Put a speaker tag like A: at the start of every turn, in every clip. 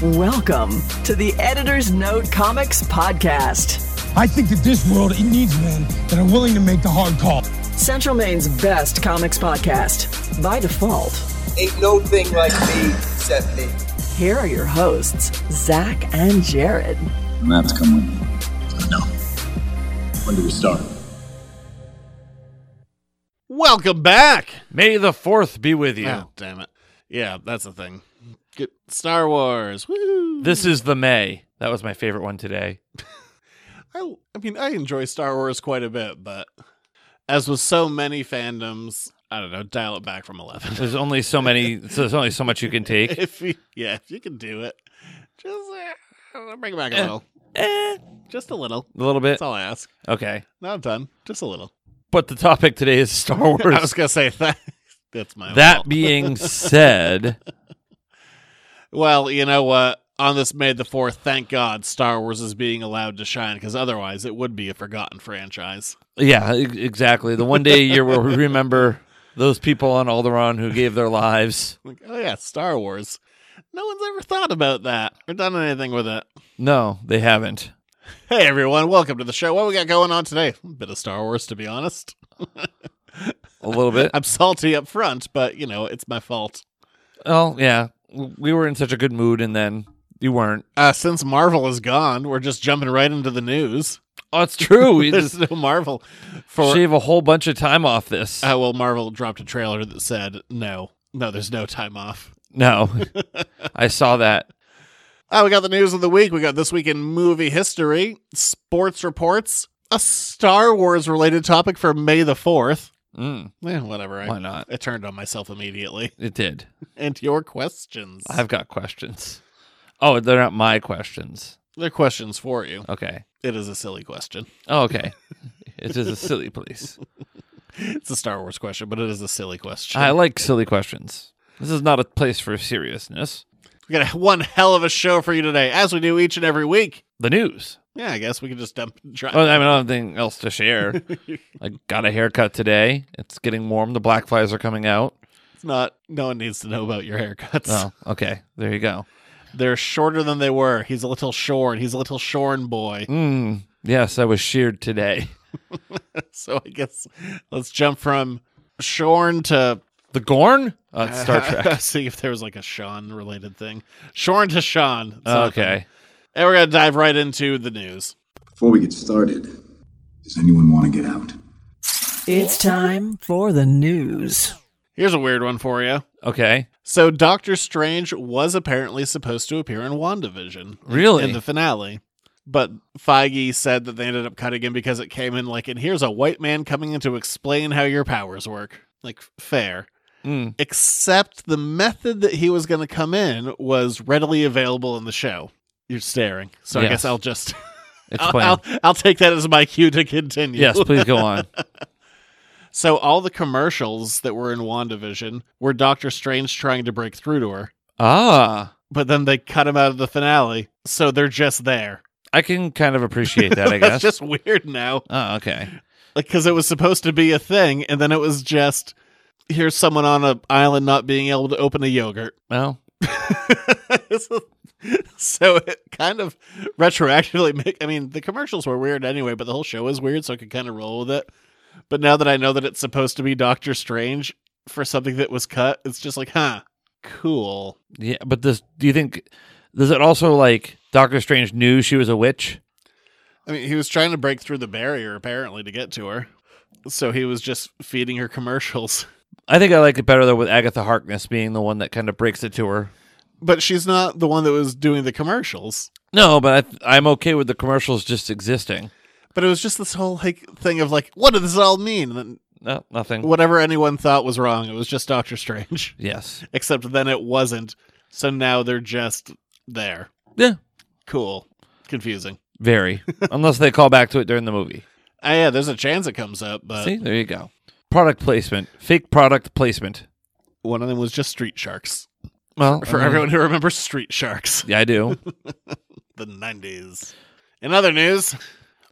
A: Welcome to the Editor's Note Comics Podcast,
B: I think that this world it needs men that are willing to make the hard call.
A: Central Maine's best comics podcast. By default,
C: ain't no thing like me, except me.
A: here are your hosts, Zach and Jared.
D: Matt's coming. No. When do we start?
E: Welcome back.
F: May the fourth be with you.
E: Oh, damn it. Yeah, that's the thing. Get Star Wars. Woo!
F: This is the May. That was my favorite one today.
E: I, I mean, I enjoy Star Wars quite a bit, but as with so many fandoms, I don't know, dial it back from 11.
F: There's only so many. so there's only so much you can take.
E: if you, yeah, if you can do it, just uh, I don't know, bring it back a little.
F: Eh,
E: Just a little.
F: a little bit.
E: That's all I ask.
F: Okay.
E: Not a ton, just a little.
F: But the topic today is Star
E: I was
F: Wars.
E: going to say that. That's my
F: That
E: fault.
F: being said,
E: Well, you know what? On this May the 4th, thank God Star Wars is being allowed to shine because otherwise it would be a forgotten franchise.
F: yeah, e- exactly. The one day a year where we remember those people on Alderaan who gave their lives.
E: Like, oh yeah, Star Wars. No one's ever thought about that or done anything with it.
F: No, they haven't.
E: Hey everyone, welcome to the show. What we got going on today? A bit of Star Wars, to be honest.
F: A little bit.
E: I'm salty up front, but you know it's my fault.
F: Oh, yeah. We were in such a good mood, and then you weren't.
E: Uh, since Marvel is gone, we're just jumping right into the news.
F: Oh, it's true. We
E: There's
F: just
E: no Marvel for.
F: shave a whole bunch of time off this.
E: Uh, well, Marvel dropped a trailer that said no, no, there's no time off.
F: No, I saw that.
E: Uh, we got the news of the week. We got this week in movie history, sports reports, a Star Wars related topic for May the fourth.
F: Mm,
E: Eh, whatever. I,
F: Why not?
E: I turned on myself immediately.
F: it did.
E: And your questions.
F: I've got questions. Oh, they're not my questions.
E: They're questions for you.
F: Okay.
E: It is a silly question.
F: Oh, okay. it is a silly place.
E: It's a Star Wars question, but it is a silly question.
F: I like silly questions. This is not a place for seriousness.
E: we got a, one hell of a show for you today, as we do each and every week.
F: The news.
E: Yeah, I guess we could just dump and try.
F: Oh, I mean, I don't have anything else to share. I got a haircut today. It's getting warm. The black flies are coming out.
E: it's not. No one needs to know about your haircuts.
F: Oh, okay. There you go.
E: They're shorter than they were. He's a little shorn. He's a little shorn boy.
F: Mm, yes, I was sheared today.
E: So I guess let's jump from shorn to
F: The Gorn? Uh, it's Star Trek.
E: See if there was like a Sean related thing. Shorn to Sean. It's not a thing.
F: okay.
E: And we're gonna dive right into the news.
D: Before we get started, does anyone want to get out?
A: It's time for the news.
E: Here's a weird one for you.
F: Okay.
E: So Doctor Strange was apparently supposed to appear in WandaVision
F: Really?
E: in the finale. But Feige said that they ended up cutting him because it came in like, and here's a white man coming in to explain how your powers work. Like, fair.
F: Mm.
E: Except the method that he was going to come in was readily available in the show. You're staring. So I
F: Yes.
E: guess I'll just, I'll,
F: Explain.
E: I'll, I'll take that as my cue to continue.
F: yes, please go on.
E: So all the commercials that were in WandaVision were Doctor Strange trying to break through to her,
F: Ah,
E: but then they cut him out of the finale, so they're just there.
F: I can kind of appreciate that, I guess.
E: That's just weird now,
F: oh, okay.
E: like because it was supposed to be a thing, and then it was just here's someone on an island not being able to open a yogurt.
F: Well,
E: so, so it kind of retroactively make. I mean, the commercials were weird anyway, but the whole show is weird, so I could kind of roll with it. But now that I know that it's supposed to be Doctor Strange for something that was cut, it's just like, huh, cool.
F: yeah, but this, do you think, does it also like Doctor Strange knew she was a witch?
E: I mean, he was trying to break through the barrier apparently to get to her, so he was just feeding her commercials.
F: I think I like it better though with Agatha Harkness being the one that kind of breaks it to her.
E: But she's not the one that was doing the commercials.
F: No, but I, I'm okay with the commercials just existing.
E: But it was just this whole like thing of like, what does this all mean? And then
F: No, nothing.
E: whatever anyone thought was wrong, it was just Doctor Strange.
F: Yes.
E: except then it wasn't. So now they're just there.
F: Yeah.
E: Cool. Confusing.
F: Very. Unless they call back to it during the movie.
E: Ah, yeah, there's a chance it comes up, but
F: See, there you go. Product placement. Fake product placement.
E: one of them was just Street Sharks.
F: Well,
E: For
F: I mean,
E: everyone who remembers Street Sharks,
F: Yeah, I do.
E: the 90s. In other news,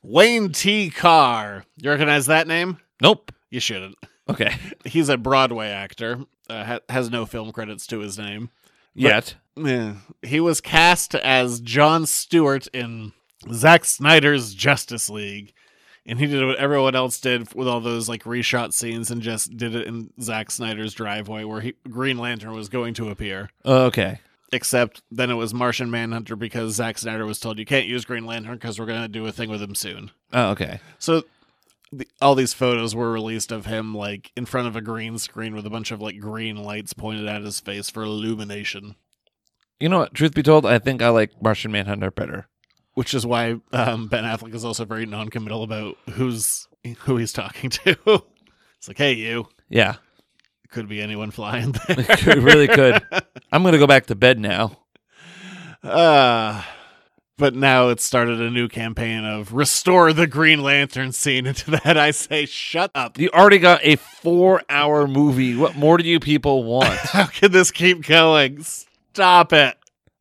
E: Wayne T. Carr. You recognize that name?
F: nope.
E: You shouldn't.
F: Okay.
E: He's a Broadway actor, uh, ha- has no film credits to his name.
F: Yet.
E: Yeah. He was cast as John Stewart in Zack Snyder's Justice League. And he did what everyone else did with all those like reshot scenes and just did it in Zack Snyder's driveway where he, Green Lantern was going to appear.
F: Uh, Okay.
E: Except then it was Martian Manhunter because Zack Snyder was told you can't use Green Lantern because we're going to do a thing with him soon.
F: Oh, okay.
E: So the, all these photos were released of him like in front of a green screen with a bunch of like green lights pointed at his face for illumination,
F: You know what? Truth be told, I think I like Martian Manhunter better.
E: which is why um, Ben Affleck is also very non-committal about who's who he's talking to. it's like, hey, you
F: Yeah.
E: could be anyone flying there.
F: It really could. I'm going to go back to bed now.
E: Uh, but now it's started a new campaign of restore the Green Lantern scene. And to that, I say, shut up.
F: You already got a four hour movie. What more do you people want?
E: How can this keep going? Stop it.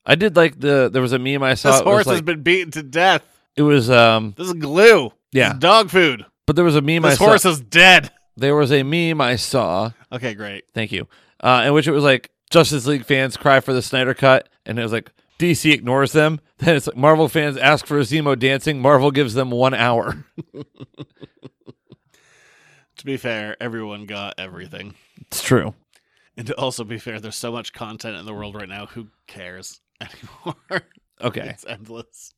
F: I did like the, there was a meme I saw.
E: This
F: it
E: horse
F: was like,
E: has been beaten to death.
F: it was, um,
E: This is glue.
F: Yeah.
E: This is dog food.
F: but there was a meme I
E: This
F: saw.
E: horse is dead.
F: there was a meme I saw.
E: Okay, great.
F: Thank you. Uh, in which it was like Justice League fans cry for the Snyder cut, and it was like DC ignores them. Then it's like Marvel fans ask for Zemo dancing. Marvel gives them one hour.
E: To be fair, everyone got everything.
F: It's true.
E: And to also be fair, there's so much content in the world right now. Who cares anymore?
F: Okay.
E: It's endless.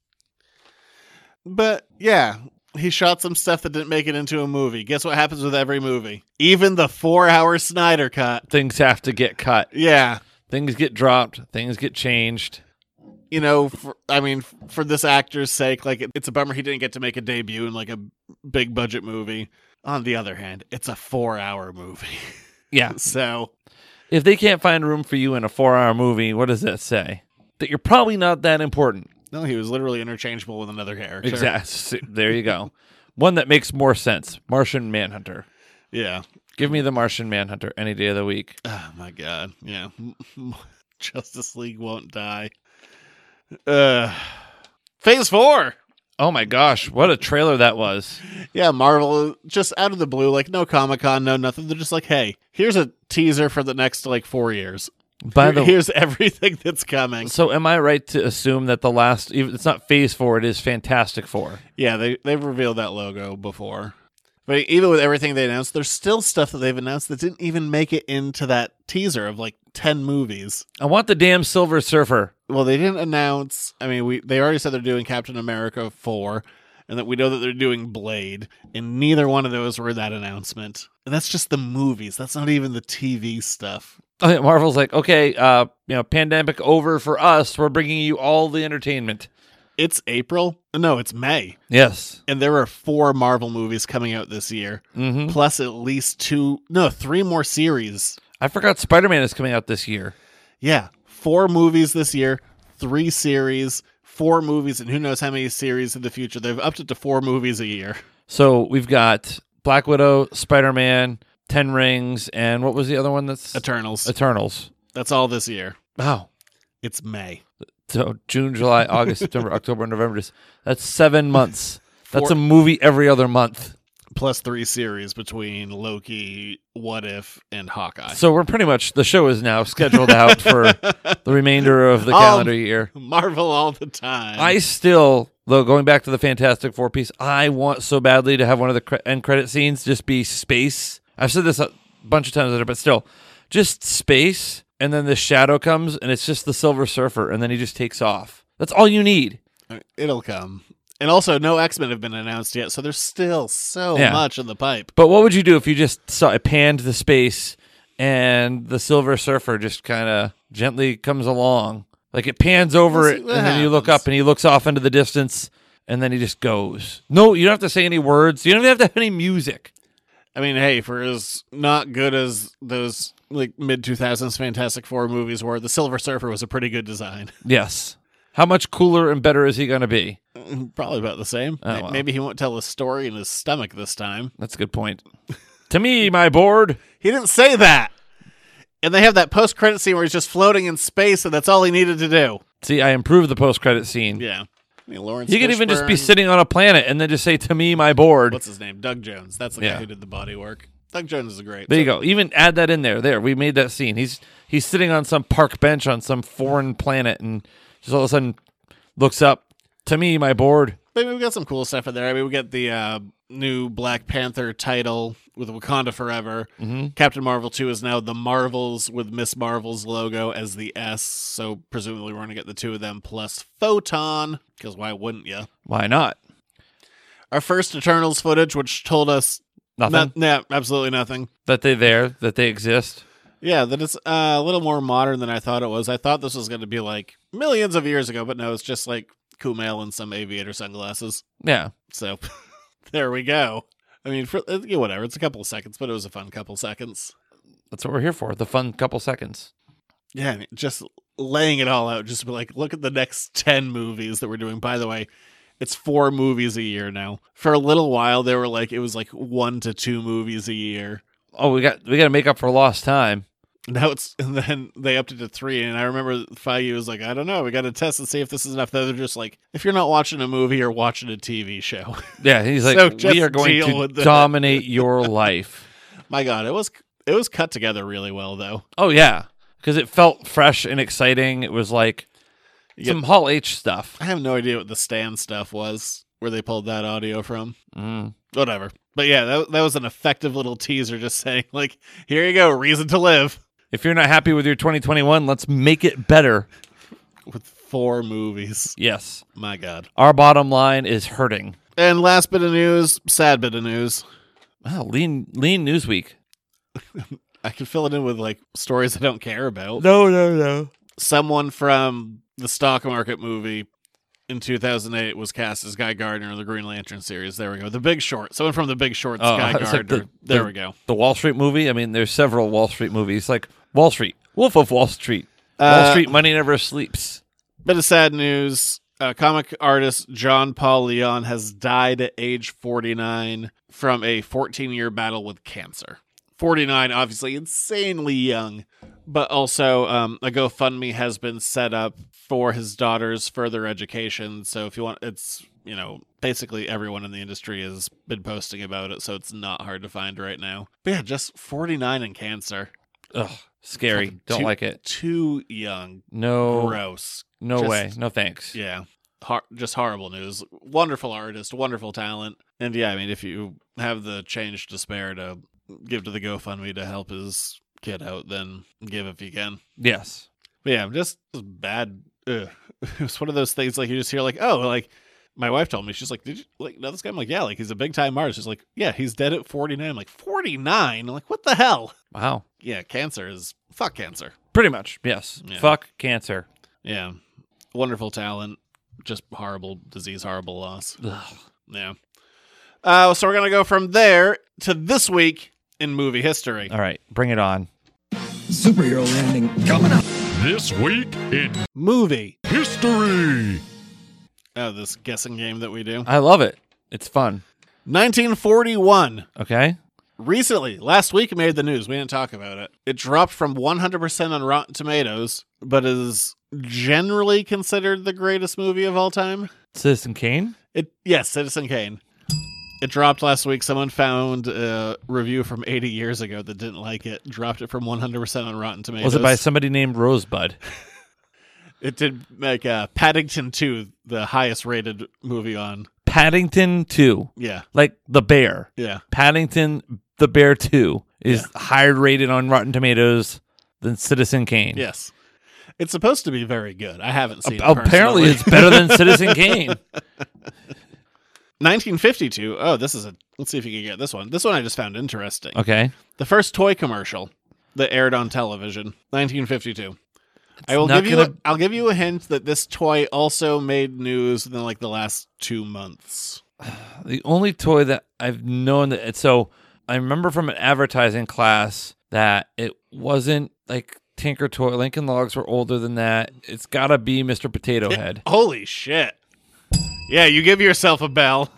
E: But yeah, he shot some stuff that didn't make it into a movie. Guess what happens with every movie? Even the four hour Snyder cut.
F: Things have to get cut.
E: Yeah.
F: Things get dropped. Things get changed.
E: You know, for, I mean, f- for this actor's sake, like, it- it's a bummer he didn't get to make a debut in like a big budget movie. On the other hand, it's a four hour movie.
F: Yeah.
E: so,
F: If they can't find room for you in a four hour movie, what does that say? That you're probably not that important.
E: no, he was literally interchangeable with another character.
F: Exactly. There you go. One that makes more sense Martian Manhunter.
E: Yeah.
F: Give me the Martian Manhunter any day of the week.
E: Oh my god. Yeah. Justice League won't die. Uh Phase 4.
F: Oh my gosh, what a trailer that was.
E: Yeah, Marvel just out of the blue like no Comic-Con, no nothing. They're just like, "Hey, here's a teaser for the next like 4 years.
F: By the way,
E: here's everything that's coming."
F: so am I right to assume that the last even- it's not Phase 4, it is Fantastic 4.
E: Yeah, they they've revealed that logo before. But even with everything they announced, there's still stuff that they've announced that didn't even make it into that teaser of like 10 movies.
F: I want the damn Silver Surfer.
E: well they didn't announce i mean we they already said they're doing captain america 4 and that we know that they're doing blade and neither one of those were in that announcement and that's just the movies that's not even the tv stuff
F: I think Marvel's like, "Okay, uh, you know, pandemic over for us. We're bringing you all the entertainment."
E: it's april no it's may
F: Yes.
E: and there are four marvel movies coming out this year
F: Mhm.
E: plus at least two no three more series
F: I forgot Spider-Man is coming out this year.
E: yeah four movies this year three series four movies and who knows how many series in the future they've upped it to four movies a year
F: So, we've got Black Widow, Spider-Man, 10 Rings, and what was the other one that's
E: eternals
F: Eternals.
E: that's all this year
F: Wow.
E: it's may
F: So June, July, August, September, October, November. Dec- That's seven months. That's
E: Four-
F: a movie every other month.
E: plus three series between Loki, What If, and Hawkeye.
F: So we're pretty much the show is now scheduled out for the remainder of the
E: Um,
F: calendar year.
E: Marvel all the time.
F: I still, though, going back to the Fantastic Four piece, I want so badly to have one of the cre- end credit scenes just be space. I've said this a bunch of times later, but still, just space, and then the shadow comes, and it's just the Silver Surfer, and then he just takes off. That's all you need.
E: It'll come. And also, no X Men have been announced yet, so there's still so
F: Yeah.
E: much in the pipe.
F: But what would you do if you just saw it panned the space and the Silver Surfer just kind of gently comes along? Like it pans over
E: We'll see
F: it, and
E: what
F: then you look
E: happens.
F: up and he looks off into the distance and then he just goes. No, you don't have to say any words. You don't even have to have any music.
E: I mean, hey, for as not good as those like mid 2000s Fantastic Four movies were, the Silver Surfer was a pretty good design.
F: Yes. How much cooler and better is he going to be?
E: Probably about the same.
F: Oh,
E: May-
F: well.
E: Maybe he won't tell a story in his stomach this time.
F: That's a good point. to me, my board.
E: He didn't say that. And they have that post credit scene where he's just floating in space, and that's all he needed to do.
F: See, I improved the post credit scene.
E: Yeah. I mean, Lawrence
F: He could even just be
E: Fishburne-
F: sitting on a planet and then just say, "To me, my board."
E: what's his name? Doug Jones. That's the
F: Yeah.
E: guy who did the body work. Doug Jones is great.
F: There you go. Even add that in there. There, we made that scene. He's he's sitting on some park bench on some foreign planet, and just all of a sudden looks up to me, my board.
E: Maybe we got some cool stuff in there. I mean, we got the uh, new Black Panther title with Wakanda Forever.
F: Mm-hmm.
E: Captain Marvel 2 is now the Marvels with Miss Marvel's logo as the S. So presumably we're going to get the two of them plus Photon, because why wouldn't you?
F: Why not?
E: Our first Eternals footage, which told us
F: Nothing
E: no, no, absolutely nothing.
F: that they there that they exist.
E: Yeah, that it's uh, a little more modern than I thought it was. I thought this was going to be like millions of years ago, but no, it's just like Kumail and some aviator sunglasses.
F: Yeah,
E: So there we go. I mean, for, uh, yeah, whatever. It's a couple of seconds, but it was a fun couple seconds.
F: that's what we're here for. The fun couple seconds.
E: Yeah, I mean, just laying it all out. Just be like, look at the next 10 movies that we're doing. By the way, it's four movies a year now. For a little while, they were like, it was like one to two movies a year.
F: Oh, we got we got to make up for lost time.
E: Now it's, and then they upped it to three. And I remember Faye was like, I don't know. We got to test and see if this is enough. They're just like, if you're not watching a movie, you're watching a TV show.
F: Yeah, he's like,
E: So just
F: we are going
E: deal
F: to
E: with that."
F: dominate your life.
E: My God, it was, it was cut together really well, though.
F: Oh yeah, because it felt fresh and exciting. It was like
E: get-
F: some Hall H stuff.
E: I have no idea what the stand stuff was, where they pulled that audio from.
F: Mm.
E: Whatever. But yeah, that, that was an effective little teaser just saying, like, here you go, reason to live
F: If you're not happy with your 2021, let's make it better.
E: with four movies.
F: Yes,
E: My God.
F: our bottom line is hurting.
E: And last bit of news, sad bit of news.
F: Wow, lean lean Newsweek.
E: I can fill it in with like stories I don't care about.
F: No, no, no.
E: Someone from the stock market movie in 2008 was cast as Guy Gardner in the Green Lantern series. There we go. The Big Short. Someone from The Big Short's
F: Oh,
E: Guy
F: I was
E: Gardner.
F: like, the-
E: there
F: the-
E: we go.
F: The Wall Street movie. I mean, there's several Wall Street movies, like Wall Street, Wolf of Wall Street, Wall
E: Uh,
F: Street Money Never Sleeps.
E: Bit of sad news. Uh, comic artist John Paul Leon has died at age 49 from a 14 year battle with cancer. 49, obviously insanely young, but also um, a GoFundMe has been set up for his daughter's further education. So if you want, it's, you know, basically everyone in the industry has been posting about it. So it's not hard to find right now. But yeah, just 49 and cancer.
F: Ugh, scary. Don't
E: Too-
F: like it.
E: Too young.
F: No,
E: Gross.
F: no
E: Just-
F: way. No thanks.
E: Yeah. Har- just horrible news. Wonderful artist, wonderful talent. And yeah, I mean, if you have the change to spare to give to the GoFundMe to help his kid out, then give if you can.
F: Yes.
E: But yeah, just just bad. Ugh. It was one of those things like you just hear, like, oh, like my wife told me, she's like, did you like know this guy? I'm like, yeah, like he's a big time artist. She's like, yeah, he's dead at 49. I'm like, 49? I'm like, what the hell?
F: Wow.
E: Yeah, cancer is fuck cancer.
F: Pretty much. Yes.
E: Yeah.
F: Fuck cancer.
E: Yeah. Wonderful talent. Just horrible disease, horrible loss.
F: Ugh.
E: Yeah. Uh, so we're gonna go from there to this week in movie history.
F: All right, bring it on.
B: Superhero landing coming up.
G: This week in
E: Movie.
G: history.
E: Oh, this guessing game that we do.
F: I love it. It's fun.
E: 1941.
F: Okay.
E: Recently, last week it made the news. We didn't talk about it. It dropped from 100% on Rotten Tomatoes, but is generally considered the greatest movie of all time.
F: Citizen Kane.
E: It yes, Citizen Kane. It dropped last week. Someone found a review from 80 years ago that didn't like it. Dropped it from 100% on Rotten Tomatoes.
F: Was it by somebody named Rosebud?
E: It did make uh, Paddington 2 the highest rated movie on.
F: Paddington Two,
E: Yeah,
F: like the bear.
E: yeah.
F: Paddington the Bear Two is higher rated on Rotten Tomatoes than Citizen Kane.
E: Yes. It's supposed to be very good. I haven't seen it.
F: Apparently,
E: personally.
F: it's better than Citizen Kane.
E: 1952. Oh, this is a. Let's see if you can get this one. This one I just found interesting.
F: Okay.
E: The first toy commercial that aired on television, 1952. I will
F: not
E: give you.
F: gonna-
E: A, I'll give you a hint that this toy also made news within like the last two months.
F: The only toy that I've known that so I remember from an advertising class that it wasn't like Tinker Toy. Lincoln Logs were older than that. It's gotta be Mr. Potato Head.
E: Holy shit! Yeah, you give yourself a bell.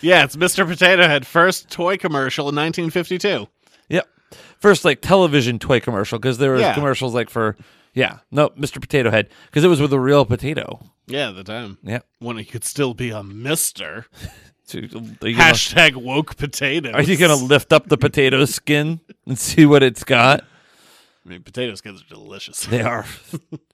E: yeah, it's Mr. Potato Head first toy commercial in 1952.
F: Yep. First, like television toy commercial because there was
E: Yeah.
F: commercials like for yeah no Mr. Potato Head because it was with a real potato.
E: Yeah, at the time
F: Yep.
E: when it could still be a Mister.
F: So, are you gonna-
E: Hashtag woke potatoes.
F: are you going to lift up the potato skin and see what it's got?
E: I mean, potato skins are delicious.
F: They are.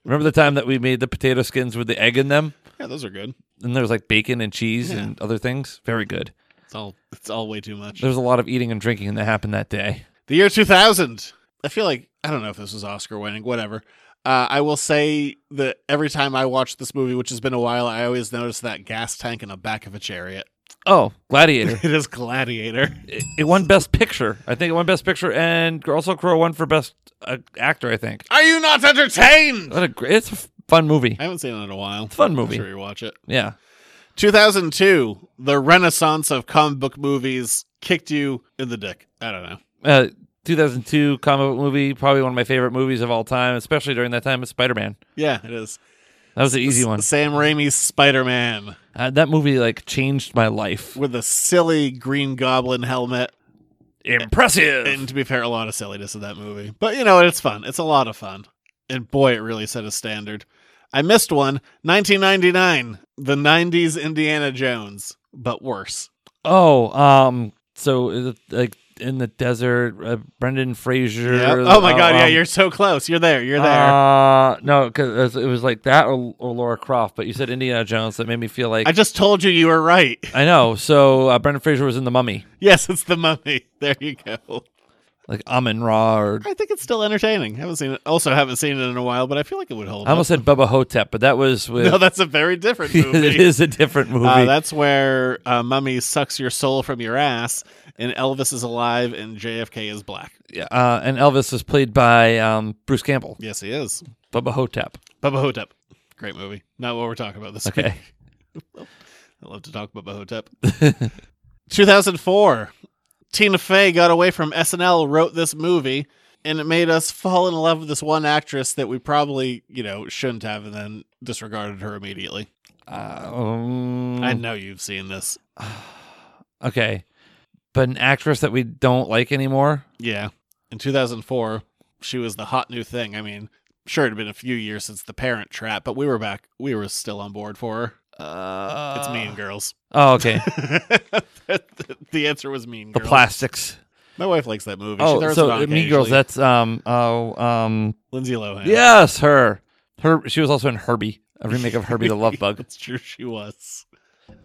F: Remember the time that we made the potato skins with the egg in them?
E: Yeah, those are good.
F: And there was like bacon and cheese and other things? Very good.
E: It's all it's all way too much.
F: There was a lot of eating and drinking that happened that day.
E: The year 2000. I feel like I don't know if this was Oscar winning, whatever. Uh, I will say that every time I watch this movie, which has been a while, I always notice that gas tank in the back of a chariot.
F: Oh, Gladiator.
E: It is Gladiator.
F: it, it won Best Picture. I think it won Best Picture, and also Crow won for Best uh, Actor, I think.
E: Are you not entertained?
F: What a great, it's a f- fun movie.
E: I haven't seen it in a while.
F: Fun
E: I'm
F: movie.
E: sure you watch it.
F: Yeah.
E: 2002, the renaissance of comic book movies kicked you in the dick. I don't know.
F: Uh, 2002 comic book movie, probably one of my favorite movies of all time, especially during that time, is Spider Man.
E: Yeah, it is.
F: That was the easy one.
E: Sam Raimi's Spider Man
F: Uh, that movie like changed my life.
E: with a silly green goblin helmet.
F: Impressive.
E: And to be fair, a lot of silliness in that movie. But you know, it's fun. It's a lot of fun. And boy, it really set a standard. I missed one 1999, the 90s Indiana Jones, but worse.
F: oh, um, so uh, like in the desert, uh, Brendan Fraser.
E: Yep. Oh my God. Yeah,
F: um,
E: you're so close. You're there. You're there.
F: Uh, no, because it was like that or, or Laura Croft, but you said Indiana Jones. That made me feel like
E: I just told you you were right.
F: I know. So uh, Brendan Fraser was in The Mummy,
E: Yes, it's the mummy. There you go.
F: like Amin Ra, or
E: I think it's still entertaining. Haven't seen it. Also, haven't seen it in a while, but I feel like it would hold
F: I almost
E: up.
F: said Bubba Hotep, but that was with.
E: No, that's a very different movie.
F: it is a different movie.
E: Uh, that's where uh, Mummy sucks your soul from your ass, and Elvis is alive, and JFK is black.
F: Yeah, uh, and Elvis was played by um, Bruce Campbell,
E: Yes, he is.
F: Bubba Hotep.
E: Bubba Hotep. Great movie. Not what we're talking about this
F: Okay.
E: week. I love to talk about Bubba Hotep. 2004. Tina Fey got away from SNL, wrote this movie, and it made us fall in love with this one actress that we probably, you know, shouldn't have, and then disregarded her immediately.
F: Uh, Um,
E: I know you've seen this.
F: okay, but an actress that we don't like anymore.
E: Yeah. In 2004, she was the hot new thing. I mean, sure, it had been a few years since The Parent Trap, but we were back. We were still on board for her.
F: Uh,
E: It's Mean Girls.
F: Oh, okay.
E: the answer was Mean
F: the
E: Girls.
F: plastics.
E: My wife likes that movie. she
F: Oh,
E: throws
F: so
E: it on
F: Mean Girls.
E: occasionally.
F: That's um. Oh, um.
E: Lindsay Lohan.
F: Yes, her. Her. She was also in Herbie, a remake of Herbie the Love Bug,
E: That's true. She was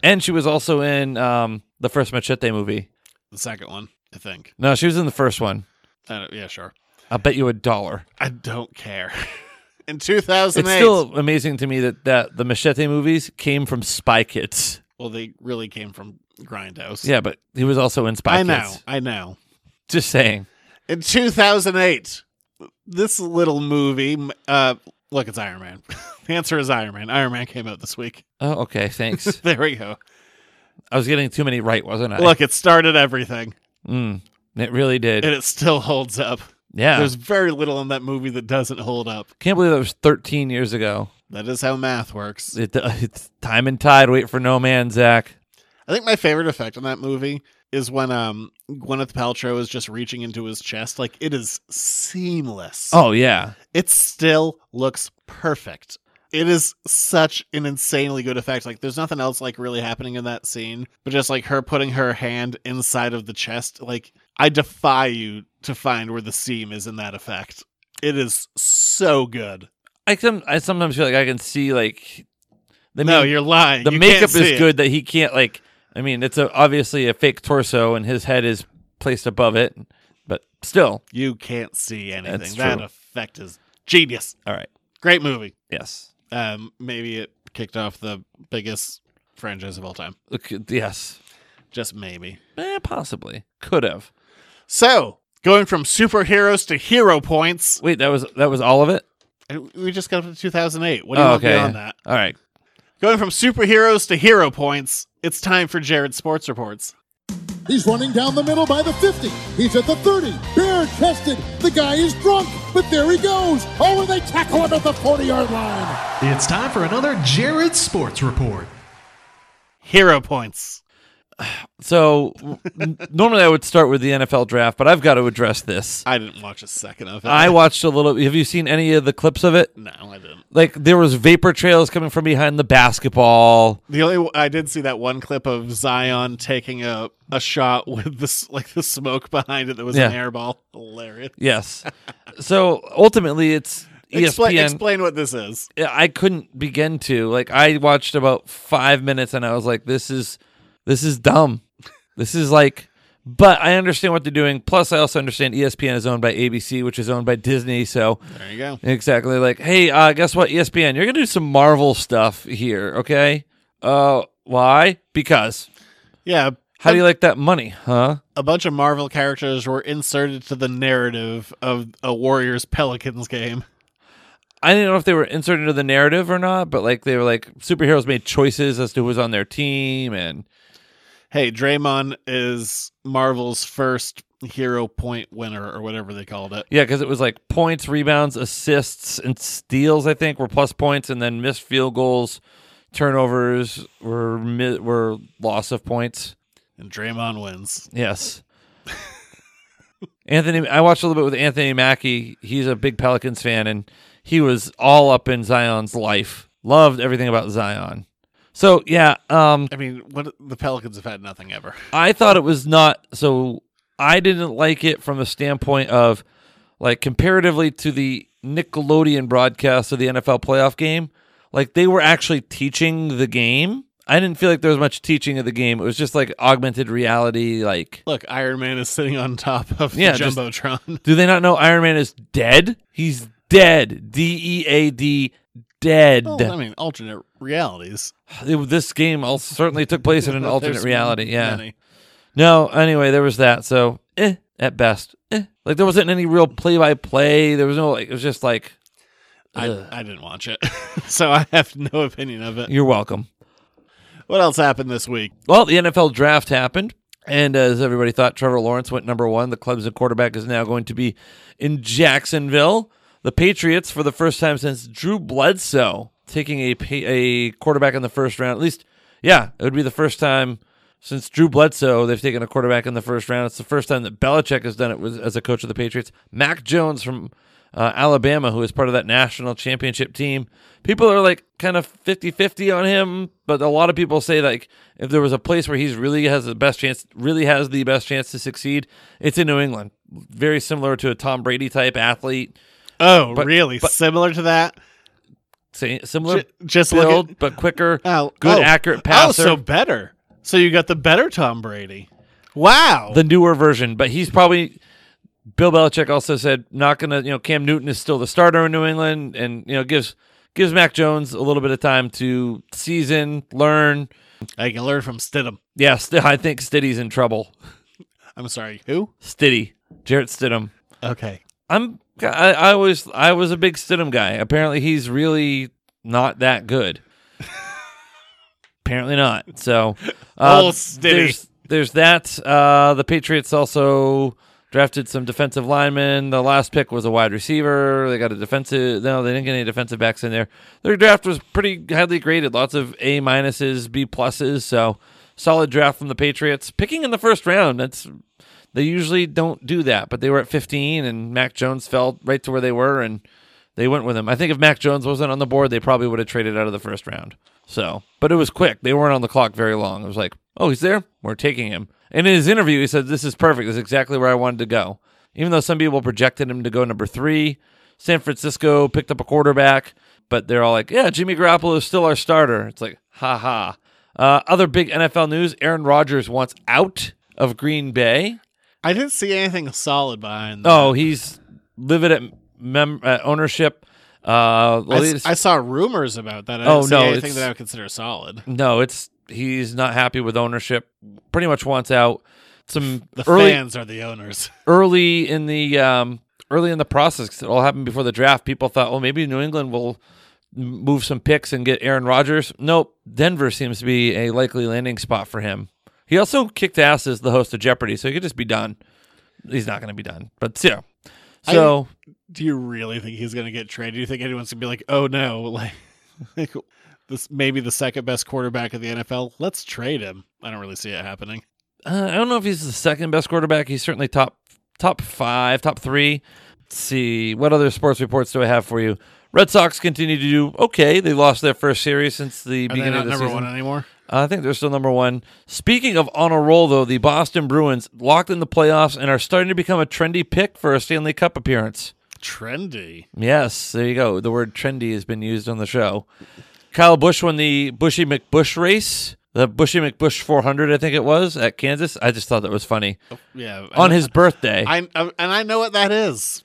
F: and she was also in um the first Machete movie.
E: the second one, I think.
F: No, she was in the first one.
E: I don't, yeah, sure.
F: I bet you a dollar.
E: I don't care. In 2008,
F: It's still amazing to me that, that the Machete movies came from Spy Kids.
E: well, they really came from Grindhouse.
F: Yeah, but he was also in Spy
E: I
F: Kids.
E: know. I know.
F: Just saying.
E: In 2008, this little movie. Uh, look, it's Iron Man. the answer is Iron Man. Iron Man came out this week.
F: Oh, okay. Thanks.
E: There we go.
F: I was getting too many right, wasn't I?
E: Look, it started everything,
F: Mm, it really did.
E: and it still holds up.
F: yeah.
E: There's very little in that movie that doesn't hold up.
F: Can't believe that was 13 years ago.
E: That is how math works.
F: It, uh, it's time and tide. Wait for no man, Zach.
E: I think my favorite effect on that movie is when um Gwyneth Paltrow is just reaching into his chest. Like it is seamless.
F: Oh, yeah.
E: It still looks perfect. It is such an insanely good effect. Like there's nothing else like really happening in that scene, but just like her putting her hand inside of the chest. Like I defy you to find where the seam is in that effect. It is so good.
F: I, some, I sometimes feel like I can see, like, the,
E: no,
F: make-
E: you're lying.
F: the
E: You can't
F: makeup
E: see
F: is
E: it.
F: good that he can't, like, I mean, it's a, obviously a fake torso and his head is placed above it, but still.
E: You can't see anything.
F: That's
E: that
F: true.
E: effect is genius.
F: All right.
E: Great movie.
F: Yes.
E: um, maybe it kicked off the biggest franchise of all time.
F: Okay, yes.
E: Just maybe.
F: Eh, possibly. Could have.
E: So going from superheroes to hero points,
F: Wait, that was that was all of it? Oh,
E: we just got up to 2008. What do you want beyond that?
F: All right.
E: Going from superheroes to hero points, it's time for Jared Sports Reports.
H: He's running down the middle by the 50. He's at the 30. Bare chested. The guy is drunk, but there he goes. Oh, and they tackle him at the 40 yard line.
I: It's time for another Jared Sports Report.
E: Hero points.
F: so n- normally I would start with the NFL draft, but I've got to address this.
E: I didn't watch a second of it.
F: I watched a little. Have you seen any of the clips of it?
E: no, I didn't.
F: Like there was vapor trails coming from behind the basketball.
E: The only I did see that one clip of Zion taking a, a shot with this like the smoke behind it that was an
F: Yeah.
E: airball. Hilarious.
F: Yes. so ultimately, it's E ESPN.
E: Explain, explain what this is.
F: I couldn't begin to like. I watched about five minutes and I was like, "This is, this is dumb. This is like." But I understand what they're doing. Plus, I also understand E ESPN is owned by ABC, which is owned by Disney. So
E: There you go.
F: Exactly. Like, hey, uh, guess what, ESPN? You're gonna do some Marvel stuff here, okay? Uh, why? Because.
E: Yeah.
F: How do you like that money, huh?
E: A bunch of Marvel characters were inserted to the narrative of a Warriors Pelicans game.
F: I didn't know if they were inserted into the narrative or not, but like they were like superheroes made choices as to who was on their team, and
E: Hey, Draymond is Marvel's first hero point winner or whatever they called it.
F: yeah, because it was like points, rebounds, assists, and steals. I think were plus points, and then missed field goals, turnovers were mi- were loss of points.
E: And Draymond wins.
F: Yes. Anthony, I watched a little bit with Anthony Mackie. He's a big Pelicans fan, and he was all up in Zion's life. Loved everything about Zion. So yeah, um,
E: I mean, what the Pelicans have had nothing ever.
F: I thought it was not so. I didn't like it from the standpoint of like comparatively to the Nickelodeon broadcast of the NFL playoff game. Like they were actually teaching the game. I didn't feel like there was much teaching of the game. It was just like augmented reality, like
E: Look, Iron Man is sitting on top of
F: Yeah,
E: the
F: just-
E: jumbotron.
F: Do they not know Iron Man is dead? He's dead. D E A D, dead.
E: Oh, Well, I mean, alternate realities.
F: It- this game all certainly took place in an alternate
E: There's
F: reality. Yeah.
E: many.
F: No, anyway, there was that. So, eh, at best. Eh. Like, there wasn't any real play by play. There was no, like, it was just like,
E: I, I didn't watch it, so I have no opinion of it.
F: you're welcome.
E: What else happened this week?
F: Well, the NFL draft happened, and as everybody thought, Trevor Lawrence went number one. The Clemson quarterback is now going to be in Jacksonville. The Patriots, for the first time since Drew Bledsoe, taking a pa- a quarterback in the first round. At least, yeah, it would be the first time since Drew Bledsoe they've taken a quarterback in the first round. It's the first time that Belichick has done it with, as a coach of the Patriots. Mac Jones from uh, Alabama, who is part of that national championship team. People are like kind of 50 50 on him, but a lot of people say like if there was a place where he's really has the best chance, really has the best chance to succeed, it's in New England. Very similar to a Tom Brady type athlete,
E: Oh,
F: But-
E: really?
F: but-
E: Similar to that?
F: Sa- similar
E: Ju- just look
F: build,
E: at-
F: but quicker,
E: Oh,
F: good
E: oh.
F: accurate passer.
E: Oh, so better. So you got the better Tom Brady. Wow.
F: the newer version, but he's probably. Bill Belichick also said not going to, you know, Cam Newton is still the starter in New England, and you know gives gives Mac Jones a little bit of time to season, learn.
E: I can learn from Stidham.
F: Yeah, st- I think Stiddy's in trouble.
E: I'm sorry. Who?
F: Stiddy, Jarrett Stidham.
E: Okay.
F: I'm I, I was I was a big Stidham guy. Apparently, he's really not that good. Apparently not. So, uh,
E: Old Stiddy.
F: There's, there's that. Uh, the Patriots also drafted some defensive linemen. The last pick was a wide receiver. They got a defensive. No, they didn't get any defensive backs in there. Their draft was pretty highly graded. Lots of A minuses, B pluses. So solid draft from the Patriots. Picking in the first round. That's they usually don't do that, but they were at 15, and Mac Jones fell right to where they were, and they went with him. I think if Mac Jones wasn't on the board, they probably would have traded out of the first round. So, but it was quick. They weren't on the clock very long. It was like, oh, he's there. We're taking him. And in his interview, he said, "This is perfect. This is exactly where I wanted to go." Even though some people projected him to go number three, San Francisco picked up a quarterback, but they're all like, "Yeah, Jimmy Garoppolo is still our starter." It's like, ha ha. Uh, other big NFL news: Aaron Rodgers wants out of Green Bay.
E: I didn't see anything solid behind that.
F: Oh, he's livid at mem- at ownership. Uh,
E: I, s-
F: latest-
E: I saw rumors about that. I
F: Oh,
E: didn't see
F: no,
E: anything
F: it's-
E: that I would consider solid.
F: no, it's he's not happy with ownership. Pretty much wants out. Some
E: The
F: early
E: fans are the owners.
F: early in the um, early in the process. 'cause it all happened before the draft. People thought, well, maybe New England will m- move some picks and get Aaron Rodgers. Nope, Denver seems to be a likely landing spot for him. He also kicked ass as the host of Jeopardy, so he could just be done. He's not going to be done, but yeah.
E: I-
F: So
E: Do you really think he's going to get traded? Do you think anyone's going to be like, oh no, like, like this maybe the second best quarterback of the NFL. Let's trade him. I don't really see it happening.
F: Uh, I don't know if he's the second best quarterback. He's certainly top top five, top three. Let's see what other sports reports do I have for you. Red Sox continue to do okay. They lost their first series since the
E: Are they
F: beginning
E: not
F: of the
E: number
F: season.
E: one anymore?
F: I think they're still number one. Speaking of on a roll, though, the Boston Bruins locked in the playoffs and are starting to become a trendy pick for a Stanley Cup appearance.
E: Trendy.
F: Yes, there you go. The word trendy has been used on the show. Kyle Bush won the Bushy McBush race, the Bushy McBush 400, I think it was, at Kansas. I just thought that was funny.
E: Yeah.
F: On
E: I-
F: his birthday,
E: I, I and I know what that is.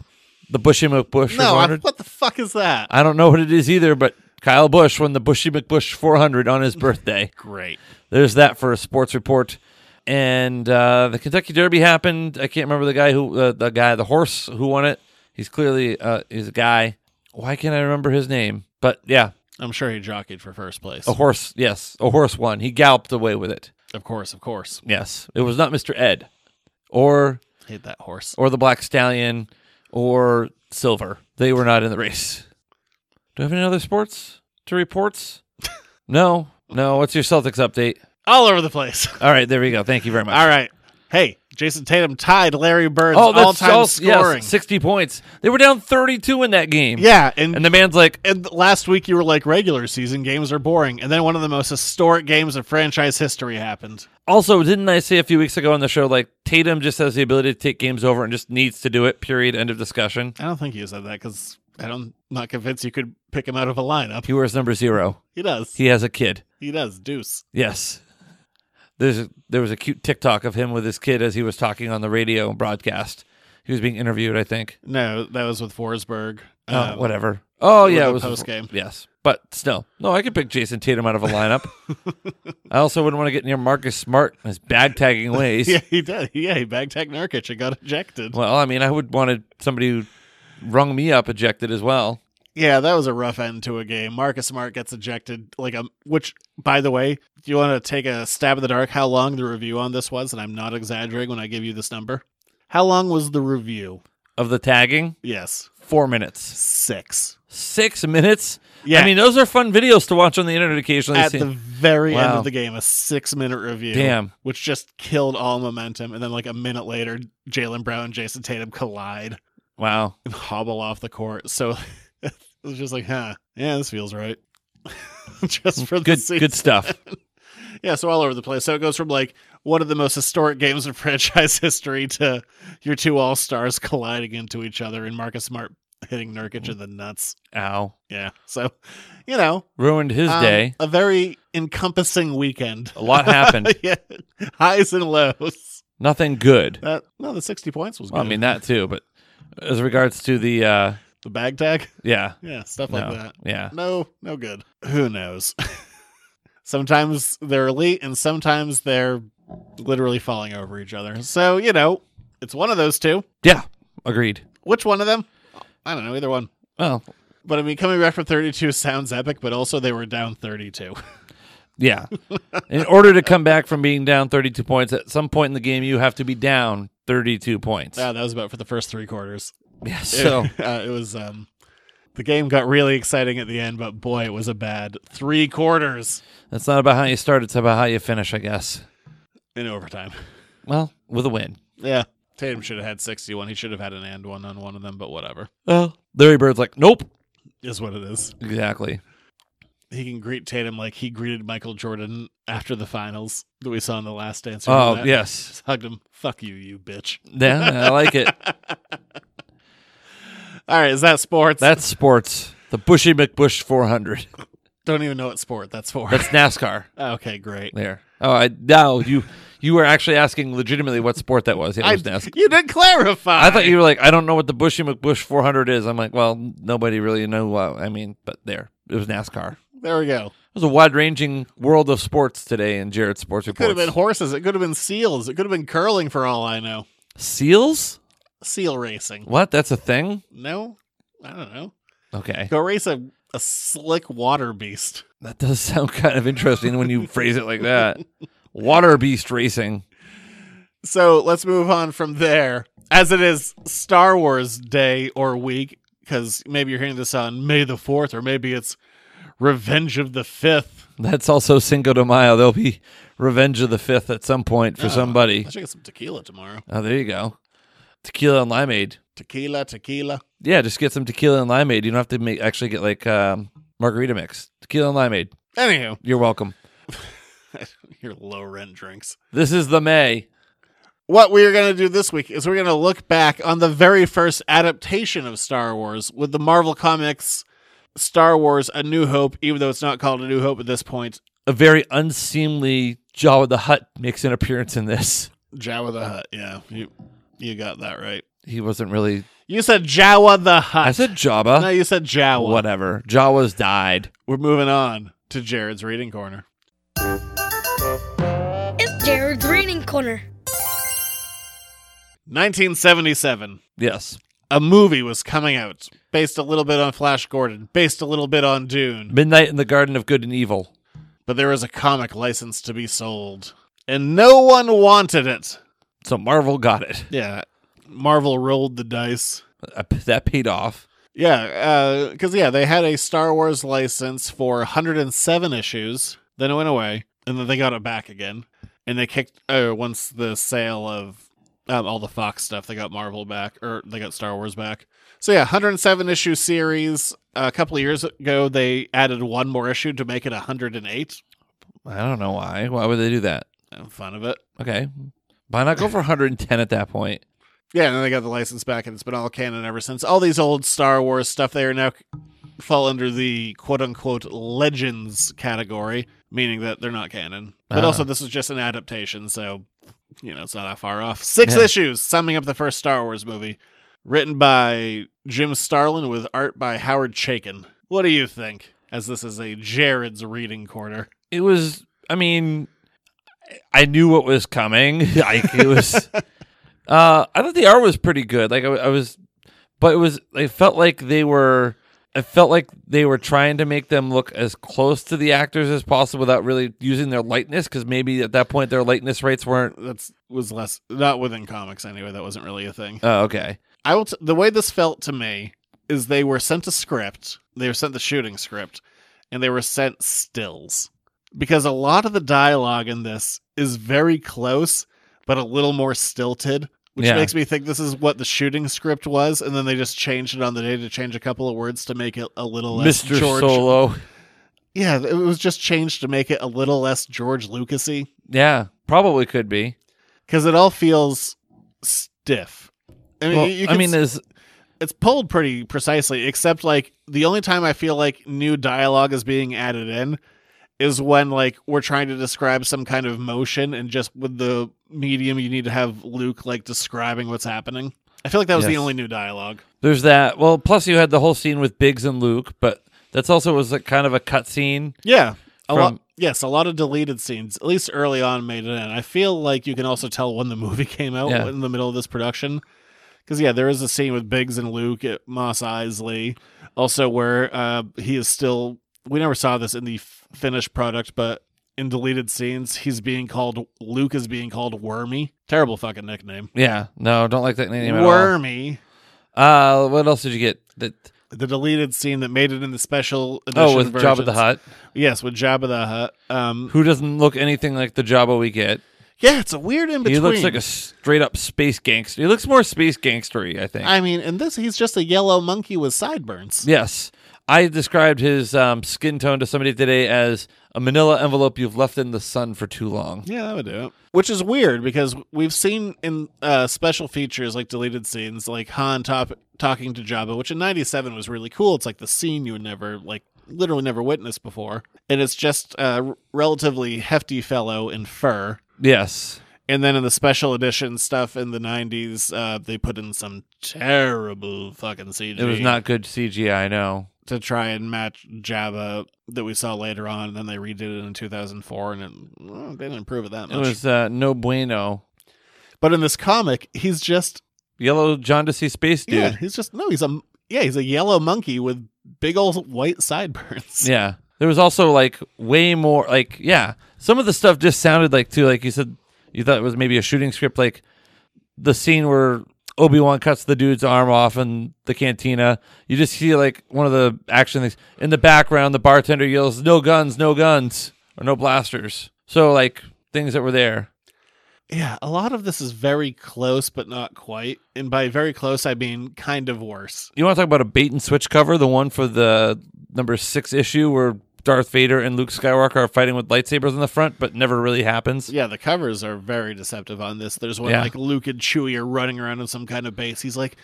F: the Bushy McBush
E: No, I,
F: 400.
E: what the fuck is that?
F: I don't know what it is either, but Kyle Bush won the Bushy McBush 400 on his birthday.
E: Great.
F: there's that for a sports report. And uh, the Kentucky Derby happened. I can't remember the guy who uh, the guy the horse who won it. He's clearly uh, he's a guy. Why can't I remember his name? But yeah,
E: I'm sure he jockeyed for first place.
F: a horse. Yes, a horse won. He galloped away with it.
E: Of course, of course.
F: Yes, it was not Mister Ed, or
E: Hate that horse.
F: or the Black Stallion, or Silver. They were not in the race. Do I have any other sports to reports? no, no. What's your Celtics update?
E: All over the place.
F: All right, there we go. Thank you very much.
E: All right. Hey, Jason Tatum tied Larry Bird's
F: Oh, that's
E: all-time
F: all- yes,
E: scoring.
F: 60 points. They were down 32 in that game.
E: Yeah, and
F: And the man's like,
E: and last week you were like regular season games are boring, and then one of the most historic games in franchise history happened.
F: also, didn't I say a few weeks ago on the show, like, Tatum just has the ability to take games over and just needs to do it, period, end of discussion.
E: I don't think you said that because I don't not convinced you could pick him out of a lineup.
F: He wears number zero.
E: He does. He,
F: He has a kid.
E: does. Deuce.
F: Yes. There's a, there was a cute TikTok of him with his kid as he was talking on the radio broadcast. He was being interviewed, I think.
E: No, that was with Forsberg.
F: Uh,
E: Um,
F: whatever. Oh
E: with
F: yeah,
E: the
F: it was
E: post game.
F: Yes, but still, no, I could pick Jason Tatum out of a lineup. I also wouldn't want to get near Marcus Smart and his bag tagging ways.
E: Yeah, he did. Yeah, he bagged Tech Nurkic and got ejected.
F: Well, I mean, I would wanted somebody who rung me up ejected as well.
E: Yeah, that was a rough end to a game. Marcus Smart gets ejected, like a which, by the way, do you want to take a stab in the dark? How long the review on this was? And I'm not exaggerating when I give you this number. How long was the review?
F: Of the tagging,
E: Yes,
F: four minutes,
E: six.
F: six minutes.
E: Yeah.
F: I mean, those are fun videos to watch on the internet occasionally.
E: At
F: See-
E: the very end
F: Wow.
E: of the game, a six-minute review,
F: Damn.
E: which just killed all momentum. And then, like a minute later, Jalen Brown and Jason Tatum collide
F: wow,
E: and hobble off the court. So it was just like, huh, yeah, this feels right. just for the
F: good,
E: season.
F: good stuff.
E: Yeah, so all over the place. So it goes from like one of the most historic games in franchise history to your two all stars colliding into each other and Marcus Smart hitting Nurkic in the nuts.
F: Ow,
E: Yeah. So, you know,
F: ruined his
E: um,
F: day.
E: a very encompassing weekend.
F: A lot happened.
E: yeah. Highs and lows.
F: Nothing good.
E: That no, the 60 points was good.
F: Well, I mean that too, but as regards to the uh
E: the bag tag.
F: yeah,
E: Yeah, stuff
F: no,
E: like that.
F: yeah,
E: No, no good. Who knows? sometimes they're elite and sometimes they're literally falling over each other. So, you know, it's one of those two.
F: yeah, agreed.
E: Which one of them? I don't know, either one.
F: Well,
E: But I mean, coming back from 32 sounds epic, but also they were down 32.
F: yeah. in order to come back from being down 32 points, at some point in the game, you have to be down 32 points.
E: Ah, that was about for the first three quarters.
F: yeah, so
E: uh, it was, um, the game got really exciting at the end, but boy, it was a bad three quarters
F: that's not about how you start; it's about how you finish, I guess.
E: in overtime.
F: Well, with a win.
E: Yeah. Tatum should have had 61. He should have had an and one on one of them, but whatever.
F: Well, Larry Bird's like, nope,
E: Is what it is.
F: exactly.
E: he can greet Tatum like he greeted Michael Jordan after the finals that we saw in the last dance.
F: Oh
E: Remember that?
F: yes,
E: Just hugged him. Fuck you, you bitch.
F: yeah, I like it.
E: All right, is that sports?
F: That's sports. The Bushy McBush 400.
E: don't even know what sport that's for.
F: That's NASCAR.
E: okay, great.
F: There. Oh, I now you you were actually asking legitimately what sport that was. It was NASCAR.
E: you didn't clarify.
F: I thought you were like, I don't know what the Bushy McBush 400 is. I'm like, well, nobody really knew what I mean, but there, it was NASCAR. It
E: There we go.
F: was a wide ranging world of sports today in Jared's sports
E: Could have
F: reports.
E: been horses. It could have been seals. It could have been curling for all I know.
F: seals.
E: Seal racing.
F: What? That's a thing.
E: No, I don't know.
F: Okay,
E: Go race a, a slick water beast.
F: that does sound kind of interesting when you phrase it like that. Water beast racing.
E: So let's move on from there. As it is Star Wars Day or week, because maybe you're hearing this on May the 4th, or maybe it's Revenge of the Fifth.
F: That's also Cinco de Mayo. There'll be Revenge of the Fifth at some point
E: Ah.
F: for somebody.
E: I should get some tequila tomorrow.
F: Oh, there you go. Tequila and limeade.
E: Tequila, tequila.
F: Yeah, just get some tequila and limeade. You don't have to make, actually get like um, margarita mix. Tequila and limeade.
E: Anywho,
F: You're welcome.
E: your low rent drinks.
F: This is the May.
E: What we are going to do this week is we're going to look back on the very first adaptation of Star Wars with the Marvel Comics Star Wars A New Hope, even though it's not called A New Hope at this point.
F: A very unseemly Jawa the Hutt makes an appearance in this.
E: Jawa the Hutt. Yeah, you, you got that right.
F: He wasn't really.
E: You said Jawa the Hutt.
F: I said
E: No,
F: Jabba.
E: you said Jawa.
F: Whatever. Jawas died.
E: We're moving on to Jared's Reading Corner.
I: It's Jared's Reading Corner.
E: 1977.
F: Yes.
E: A movie was coming out based a little bit on Flash Gordon, based a little bit on Dune.
F: Midnight in the Garden of Good and Evil.
E: but there was a comic license to be sold, and no one wanted it.
F: So Marvel got it.
E: Yeah, Marvel rolled the dice.
F: Uh, That paid off.
E: Yeah, because yeah, they had a Star Wars license for 107 issues, then it went away, and then they got it back again, and they kicked. Oh, once the sale of um, all the Fox stuff, they got Marvel back, or they got Star Wars back. So yeah, 107 issue series. a couple of years ago, they added one more issue to make it 108.
F: I don't know why. Why would they do that?
E: I'm fun of it.
F: Okay. Why not go for 110 at that point?
E: Yeah, and then they got the license back, and it's been all canon ever since. All these old Star Wars stuff, they are now fall under the quote unquote legends category, meaning that they're not canon. But
F: Ah.
E: also, this is just an adaptation, so, you know, it's not that far off. Six
F: Yeah.
E: issues summing up the first Star Wars movie, written by Jim Starlin with art by Howard Chaikin. What do you think? As this is a Jared's reading corner.
F: It was, I mean, I knew what was coming. Like, it was, uh, I thought the art was pretty good. Like, I, I was, but it was, it felt like they were, it felt like they were trying to make them look as close to the actors as possible without really using their lightness because maybe at that point their lightness rates weren't.
E: That's was less not within comics anyway. That wasn't really a thing.
F: Oh, okay.
E: I will. T- the way this felt to me is they were sent a script. They were sent the shooting script, and they were sent stills because a lot of the dialogue in this is very close, but a little more stilted, which
F: Yeah.
E: makes me think this is what the shooting script was, and then they just changed it on the day to change a couple of words to make it a little less
F: Mr.
E: George.
F: Solo.
E: Yeah, it was just changed to make it a little less George Lucasy
F: Yeah, probably could be.
E: because it all feels stiff. I mean,
F: Well,
E: you- you
F: I
E: can
F: mean,
E: s-
F: there's
E: it's pulled pretty precisely except like the only time i feel like new dialogue is being added in is when like we're trying to describe some kind of motion and just with the medium you need to have luke like describing what's happening i feel like that was the
F: Yes.
E: only new dialogue
F: There's that. Well, plus you had the whole scene with Biggs and Luke, but that's also was like kind of a cut scene.
E: yeah a lot
F: From-
E: yes a lot of deleted scenes at least early on made it in i feel like you can also tell when the movie came out
F: Yeah.
E: in the middle of this production because yeah there is a scene with biggs and luke at moss isley also where uh, he is still we never saw this in the f- finished product but in deleted scenes he's being called luke is being called wormy terrible fucking nickname
F: Yeah. No, don't like that name
E: wormy
F: at all. Uh, what else did you get? That
E: the deleted scene that made it in the special edition
F: oh, with Jabba the
E: versions.
F: Hutt,
E: yes with Jabba the Hutt um,
F: who doesn't look anything like the Jabba we get.
E: yeah it's a weird in between
F: He looks like a straight up space gangster. He looks more space gangstery, I think.
E: I mean, in this, he's just a yellow monkey with sideburns.
F: yes. I described his um, skin tone to somebody today as a manila envelope you've left in the sun for too long.
E: Yeah, that would do it. Which is weird because we've seen in uh, special features like deleted scenes, like Han top- talking to Jabba, which in '97 was really cool. It's like the scene you would never, like, literally never witnessed before, and it's just a r- relatively hefty fellow in fur.
F: Yes.
E: And then in the special edition stuff in the '90s, uh, they put in some terrible fucking CG.
F: It was not good CGI, no.
E: to try and match Java that we saw later on. And then they redid it in 2004, and it, well, they didn't improve it that
F: It
E: much.
F: was uh, no bueno.
E: but in this comic, he's just
F: Yellow jaundicey space dude.
E: yeah, he's just no, he's a yeah, he's a yellow monkey with big old white sideburns.
F: Yeah. There was also like way more like yeah. Some of the stuff just sounded like too like you said you thought it was maybe a shooting script like the scene where Obi Wan cuts the dude's arm off in the cantina. You just see like one of the action things in the background. The bartender yells, "No guns, no guns, or no blasters." So like things that were there.
E: Yeah, a lot of this is very close, but not quite. And by very close, I mean kind of worse.
F: You want to talk about a bait and switch cover? The one for the number six issue where Darth Vader and Luke Skywalker are fighting with lightsabers in the front, but never really happens.
E: Yeah, the covers are very deceptive on this. There's one
F: Yeah.
E: like Luke and Chewie are running around in some kind of base. He's like,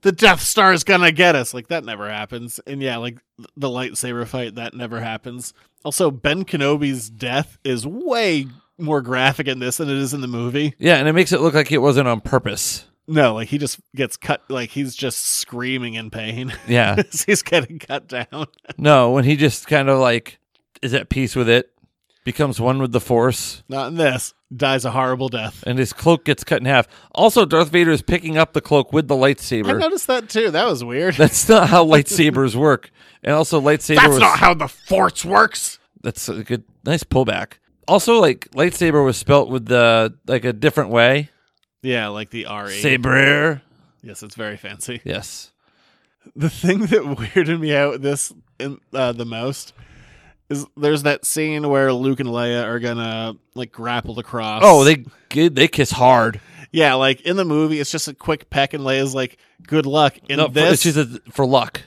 E: the Death Star is gonna get us. Like that never happens. And yeah, like th- the lightsaber fight that never happens. Also, Ben Kenobi's death is way more graphic in this than it is in the movie.
F: Yeah, and it makes it look like it wasn't on purpose.
E: No, like he just gets cut. Like he's just screaming in pain.
F: Yeah.
E: as he's getting cut down.
F: no, when he just kind of like is at peace with it, becomes one with the force,
E: Not in this. Dies a horrible death.
F: and his cloak gets cut in half. Also, Darth Vader is picking up the cloak with the
E: I
F: lightsaber.
E: noticed that too. That was weird.
F: That's not how lightsabers work. And also, lightsaber
E: That's
F: was
E: not how the force works.
F: that's a good nice pullback. Also, like lightsaber was spelt with the like a different way.
E: Yeah, like the RE.
F: Saber.
E: Yes, it's very fancy.
F: Yes.
E: The thing that weirded me out this in, uh, the most is there's that scene where Luke and Leia are gonna like grapple across.
F: Oh, they good. They kiss hard.
E: yeah, like in the movie, it's just a quick peck, and Leia's like, "Good luck." In
F: No, for,
E: this,
F: she's a, for luck.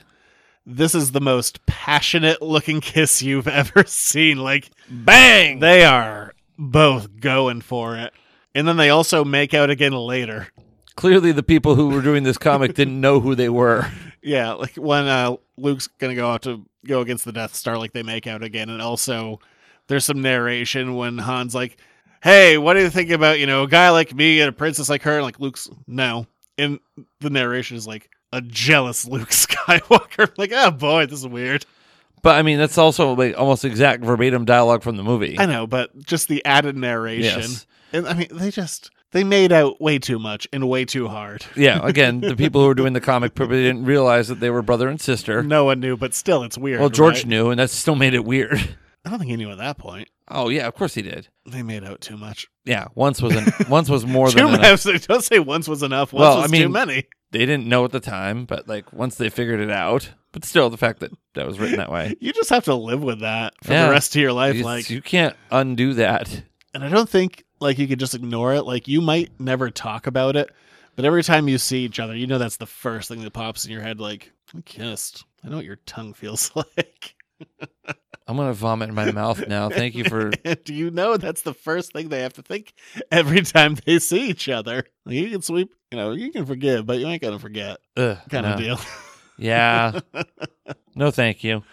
E: this is the most passionate looking kiss you've ever seen. Like
F: Bang.
E: they are both going for it, and then they also make out again later.
F: Clearly, the people who were doing this comic didn't know who they were.
E: Yeah, like when uh, Luke's gonna go out to go against the Death Star, like they make out again, and also there's some narration when Han's like, "Hey, what do you think about you know a guy like me and a princess like her?" And like Luke's no, and the narration is like a jealous Luke Skywalker. like, oh boy, this is weird.
F: But I mean, that's also like almost exact verbatim dialogue from the movie.
E: I know, but just the added narration,
F: Yes.
E: and I mean, they just they made out way too much and way too hard.
F: Yeah. Again, the people who were doing the comic probably didn't realize that they were brother and sister.
E: No one knew, but still, it's weird.
F: Well, George
E: right?
F: knew, and that still made it weird.
E: I don't think he knew at that point.
F: Oh yeah, of course he did.
E: They made out too much.
F: Yeah, once was an, once was more
E: Too
F: than enough.
E: many. Don't say once was enough. Once
F: Well,
E: was
F: I mean-
E: too many.
F: they didn't know at the time, but like once they figured it out, but still the fact that that was written that way.
E: You just have to live with that for
F: Yeah.
E: the rest of your life.
F: You,
E: like,
F: you can't undo that.
E: and I don't think like you could just ignore it. Like, you might never talk about it, but every time you see each other, you know that's the first thing that pops in your head. Like, we kissed. I know what your tongue feels like.
F: I'm gonna vomit in my mouth now. Thank you for
E: and you know that's the first thing they have to think every time they see each other. Like, you can sweep. You know, you can forgive, but you ain't gonna forget.
F: Ugh,
E: Kind
F: no.
E: of deal.
F: Yeah. No, thank you.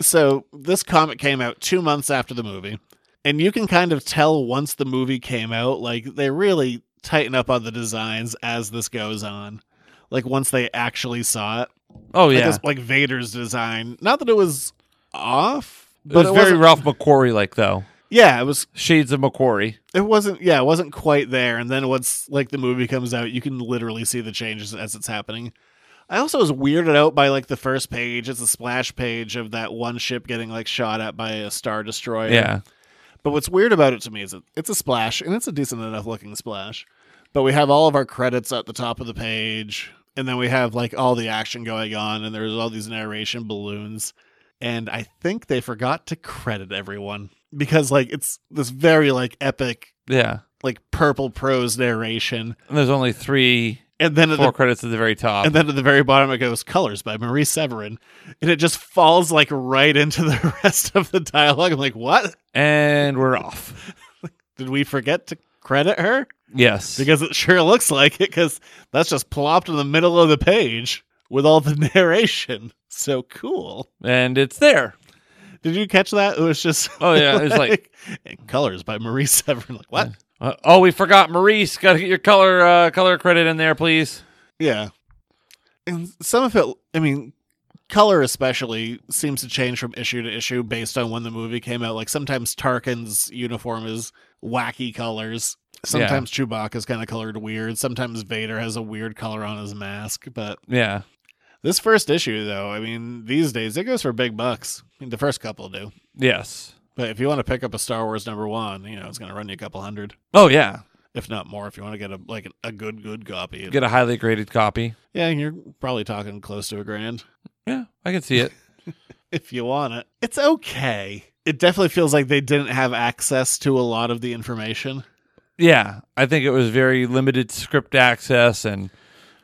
E: So this comic came out two months after the movie, and you can kind of tell once the movie came out, like they really tighten up on the designs as this goes on. Like once they actually saw it,
F: Oh
E: like,
F: yeah,
E: it's like Vader's design. Not that it was off,
F: it
E: but
F: was
E: it,
F: very
E: wasn't-
F: Ralph McQuarrie like though.
E: Yeah, it was.
F: Shades of McQuarrie.
E: It wasn't. Yeah, it wasn't quite there. And then once like the movie comes out, you can literally see the changes as it's happening. I also was weirded out by like the first page. It's a splash page of that one ship getting like shot at by a star destroyer.
F: Yeah,
E: But what's weird about it to me is it, it's a splash, and it's a decent enough looking splash. But we have all of our credits at the top of the page, and then we have like all the action going on, and there's all these narration balloons. And I think they forgot to credit everyone because like it's this very like epic
F: yeah.
E: like purple prose narration,
F: And there's only three,
E: and then at
F: four
E: the,
F: credits at the very top.
E: and then at the very bottom it goes "Colors" by Marie Severin, and it just falls like right into the rest of the dialogue. I'm like, what?
F: and we're off.
E: Did we forget to credit her?
F: Yes.
E: because it sure looks like it because that's just plopped in the middle of the page with all the narration so cool
F: and it's there.
E: did you catch that it was just
F: Oh, yeah, it was like-
E: and colors by marie severin like what
F: Uh, oh, we forgot Maurice. Got to get your color uh, color credit in there, please.
E: yeah and some of it i mean color especially seems to change from issue to issue based on when the movie came out like sometimes tarkin's uniform is wacky colors sometimes chewbacca's kind of colored weird sometimes vader has a weird color on his mask but
F: Yeah.
E: This first issue, though, I mean, these days it goes for big bucks. I mean, the first couple do,
F: Yes.
E: but if you want to pick up a Star Wars number one, you know, it's going to run you a couple hundred.
F: Oh yeah.
E: if not more, if you want to get a like a good good copy.
F: Get a highly graded copy.
E: yeah, you're probably talking close to a grand
F: Yeah, I can see it.
E: if you want it. It's okay. It definitely feels like they didn't have access to a lot of the information.
F: yeah, I think it was very limited script access and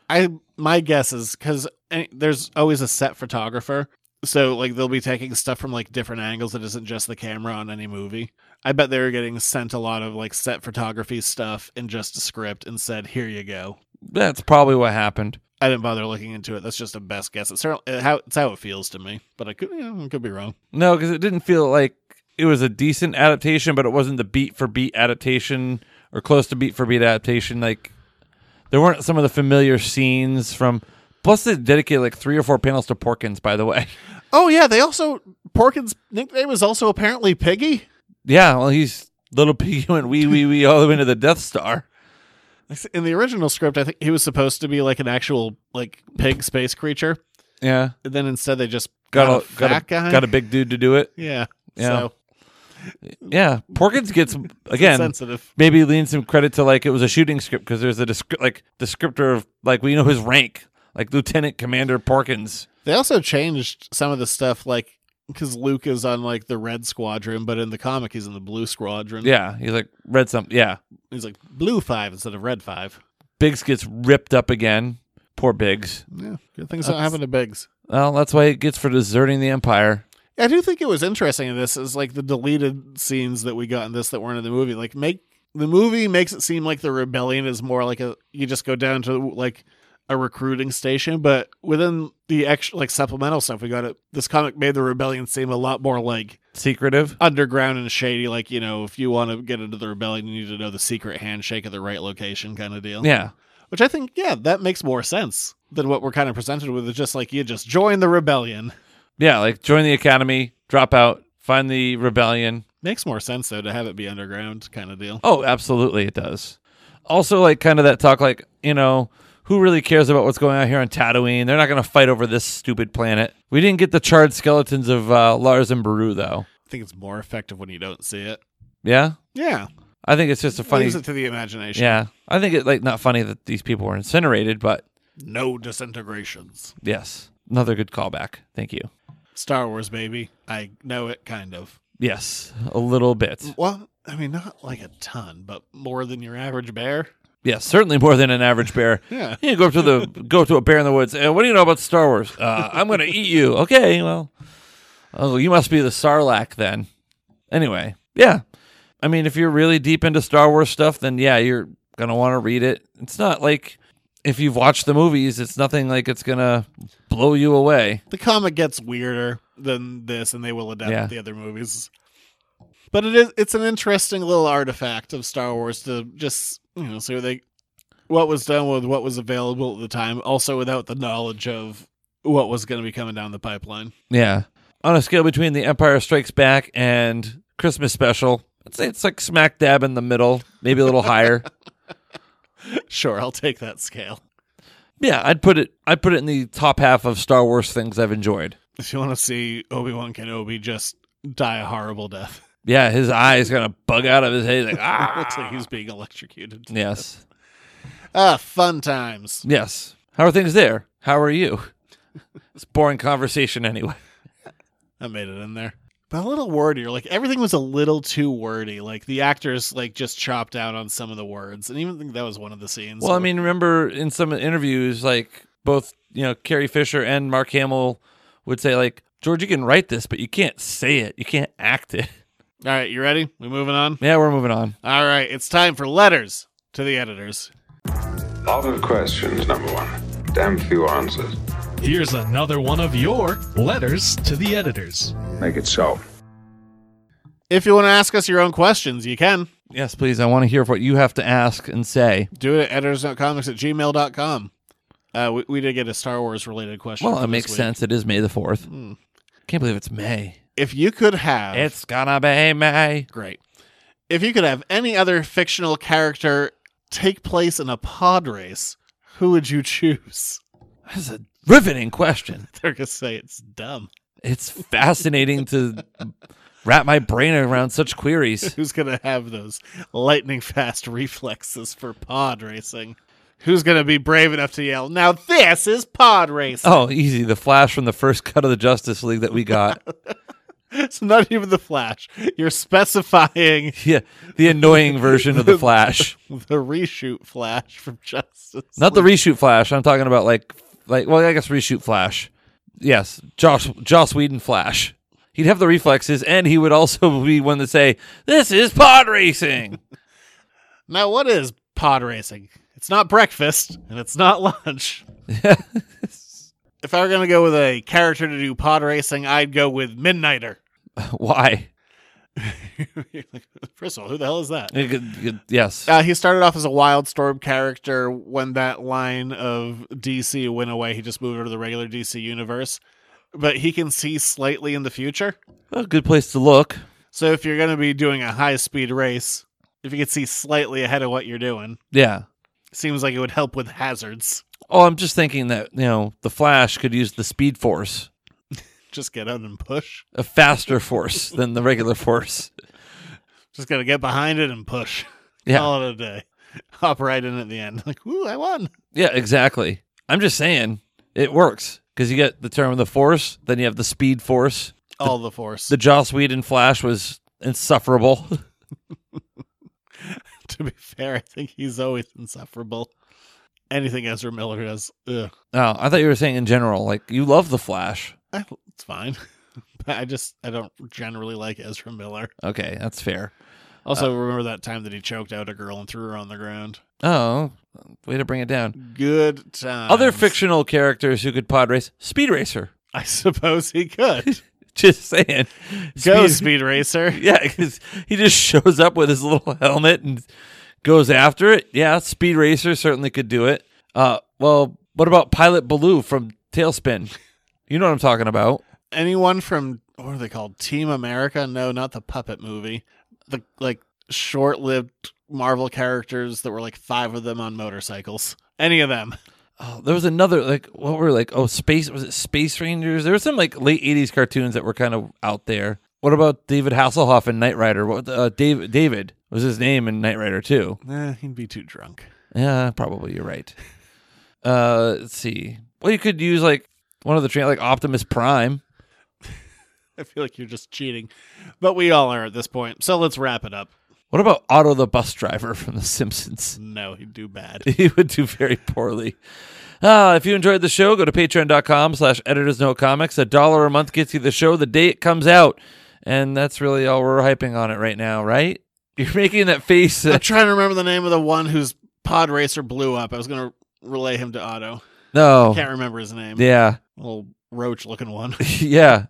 E: I my guess is because there's always a set photographer, so like they'll be taking stuff from like different angles. It isn't just the camera on any movie. I bet they were getting sent a lot of like set photography stuff in just a script and said, "Here you go."
F: that's probably what happened.
E: I didn't bother looking into it. That's just a best guess. It's certainly it, how it's how it feels to me, but I could you know, I could be wrong.
F: No, because it didn't feel like it was a decent adaptation, but it wasn't the beat for beat adaptation or close to beat for beat adaptation. Like there weren't some of the familiar scenes from. Plus, they dedicated like three or four panels to Porkins. By the way,
E: Oh yeah, they also Porkins' nickname was also apparently Piggy.
F: yeah. Well, he's little piggy went wee wee wee all the way to the Death Star.
E: In the original script, I think he was supposed to be like an actual like pig space creature,
F: Yeah,
E: and then instead they just
F: got a
E: fat
F: got a,
E: guy.
F: got a big dude to do it.
E: Yeah.
F: Yeah.
E: So
F: Yeah, Porkins gets
E: yeah.
F: again.
E: sensitive.
F: Maybe lean some credit to like it was a shooting script because there's a descri- like descriptor of like we know his rank, like Lieutenant Commander Porkins.
E: They also changed some of the stuff, like because Luke is on like the red squadron, but in the comic he's in the blue squadron.
F: Yeah, he's like read something. Yeah,
E: He's like blue five instead of red five.
F: Biggs gets ripped up again. Poor Biggs.
E: Yeah. Good things don't happen to Biggs.
F: Well, that's why it gets for deserting the Empire.
E: I do think it was interesting in this is like the deleted scenes that we got in this that weren't in the movie. Like make the movie makes it seem like the rebellion is more like a you just go down to like a recruiting station, but within the extra like supplemental stuff we got it this comic made the rebellion seem a lot more like
F: Secretive.
E: underground and shady like you know if you want to get into the rebellion you need to know the secret handshake at the right location kind of deal
F: Yeah,
E: which i think yeah that makes more sense than what we're kind of presented with it's just like you just join the rebellion
F: yeah. Like join the academy, drop out, find the rebellion,
E: makes more sense though to have it be underground kind of deal
F: Oh, absolutely, it does. Also, like kind of that talk, like you know, who really cares about what's going on here on Tatooine? They're not going to fight over this stupid planet. We didn't get the charred skeletons of uh, Lars and Baru though.
E: i think it's more effective when you don't see it
F: Yeah,
E: yeah
F: I think it's just a funny.
E: leaves it to the imagination
F: Yeah, I think it like not funny that these people were incinerated, but
E: no disintegrations
F: yes, another good callback. Thank you.
E: star wars baby i know it kind of
F: Yes, a little bit.
E: well i mean not like a ton but more than your average bear
F: Yes, certainly more than an average bear.
E: Yeah.
F: you go up to the go up to a bear in the woods. Uh, what do you know about Star Wars? Uh, I'm going to eat you. Okay, well, oh, you must be the Sarlacc then. Anyway, yeah. I mean, if you're really deep into Star Wars stuff, then yeah, you're gonna want to read it. It's not like if you've watched the movies, it's nothing like it's gonna blow you away.
E: the comic gets weirder than this and they will adapt
F: Yeah.
E: the other movies but it is it's an interesting little artifact of star wars to just you know see what they what was done with what was available at the time also without the knowledge of what was going to be coming down the pipeline
F: Yeah. On a scale between The Empire Strikes Back and Christmas Special, I'd say it's like smack dab in the middle, maybe a little higher.
E: sure i'll take that scale
F: Yeah, I'd put it. I'd put it in the top half of Star Wars things I've enjoyed.
E: if you want to see obi-wan kenobi just die a horrible death
F: Yeah, his eyes gonna bug out of his head. He's like ah.
E: looks like he's being electrocuted
F: Yes,
E: ah fun times
F: yes. How are things there? How are you? It's boring conversation anyway.
E: I made it in there. But a little wordier. Like everything was a little too wordy. Like the actors like just chopped out on some of the words. And even think that was one of the scenes.
F: Well, I mean, remember in some interviews, like both you know Carrie Fisher and Mark Hamill would say like, George, you can write this, but you can't say it. You can't act it.
E: All right, you ready? We moving on?
F: Yeah, we're moving on.
E: All right, it's time for letters to the editors.
J: Lot of questions, number one. Damn few answers.
G: Here's another one of your letters to the editors.
J: Make it so.
E: If you want to ask us your own questions, you can.
F: Yes, please. I want to hear what you have to ask and say.
E: Do it at editors.comics at gmail.com. Uh, we, we did get a Star Wars related question.
F: Well,
E: for
F: it
E: this
F: makes
E: week. Hmm.
F: sense. It is May the fourth. Can't believe it's May.
E: If you could have
F: It's gonna be May.
E: great. If you could have any other fictional character take place in a pod race, who would you choose?
F: That's a riveting question.
E: They're gonna say it's dumb.
F: It's fascinating to wrap my brain around such queries.
E: Who's going to have those lightning fast reflexes for pod racing? Who's going to be brave enough to yell, now this is pod racing?
F: Oh, easy. The flash from the first cut of the Justice League that we got.
E: It's not even the Flash. You're specifying
F: yeah, the annoying version of the Flash.
E: the reshoot Flash from Justice.
F: Not the
E: League.
F: reshoot Flash. I'm talking about like like well, I guess reshoot Flash. Yes, Josh Joss Whedon Flash. He'd have the reflexes, and he would also be one to say, "This is pod racing."
E: now, what is pod racing? It's not breakfast and it's not lunch. If I were going to go with a character to do pod racing, I'd go with Midnighter.
F: Why?
E: First of all, who the hell is that?
F: It could- it- Yes.
E: Uh, he started off as a Wildstorm character. When that line of DC went away, he just moved over to the regular DC universe. But he can see slightly in the future.
F: A good place to look.
E: So if you're going to be doing a high speed race, if you could see slightly ahead of what you're doing,
F: Yeah.
E: seems like it would help with hazards.
F: Oh, I'm just thinking that you know the Flash could use the Speed Force,
E: Just get out and push.
F: a faster force than the regular force.
E: Just got to get behind it and push.
F: Yeah.
E: Call it a day. Hop right in at the end. Like, ooh, I won.
F: Yeah, exactly. I'm just saying it works because you get the term of the force, then you have the speed force.
E: All the force.
F: The Joss Whedon Flash was insufferable.
E: to be fair, I think he's always insufferable. Anything Ezra Miller does, ugh,
F: oh, I thought you were saying in general, like you love the Flash.
E: I- Eh, it's fine. but I just I don't generally like Ezra Miller.
F: Okay, that's fair.
E: Also, remember that time that he choked out a girl and threw her on the ground.
F: Oh, way to bring it down.
E: Good time.
F: Other fictional characters who could pod race, Speed Racer.
E: I suppose he could
F: Just saying.
E: go
F: Speed-
E: speed racer.
F: Yeah, because he just shows up with his little helmet and goes after it. Yeah, Speed Racer certainly could do it. Uh, well, what about Pilot Baloo from Tailspin? You know what I'm talking about.
E: Anyone from what are they called? Team America? No, not the puppet movie. The like short-lived Marvel characters that were like five of them on motorcycles. Any of them?
F: Oh, there was another like what were like oh space was it Space Rangers? There were some like late '80s cartoons that were kind of out there. What about David Hasselhoff and Knight Rider? What uh, Dave, David was his name in Knight Rider too.
E: Eh, he'd be too drunk.
F: Yeah, probably you're right. Uh, let's see. Well, you could use like one of the train like Optimus Prime.
E: I feel like you're just cheating, but we all are at this point. So let's wrap it up.
F: What about Otto the bus driver from The Simpsons?
E: No, he'd do bad.
F: He would do very poorly. Uh, if you enjoyed the show, go to patreon.com slash editors note comics. A dollar a month gets you the show the day it comes out. And that's really all we're hyping on it right now, right? You're making that face.
E: I'm
F: uh,
E: trying to remember the name of the one whose pod racer blew up. I was gonna relay him to Otto.
F: no.
E: Can't remember his name.
F: Oh. Yeah.
E: Little roach looking one.
F: yeah.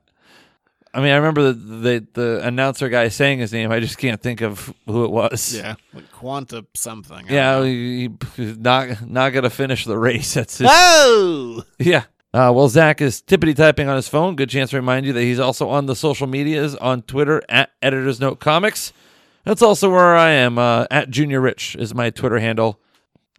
F: I mean, I remember the, the the announcer guy saying his name. I just can't think of who it was.
E: yeah, like Quanta something. I
F: Yeah,
E: don't know.
F: he, he's not not gonna finish the race. That's his,
E: Whoa!
F: yeah. Uh, well, Zach is tippity typing on his phone. Good chance to remind you that he's also on the social medias on Twitter at Editors Note Comics. That's also where I am uh, at Junior Rich is my Twitter handle.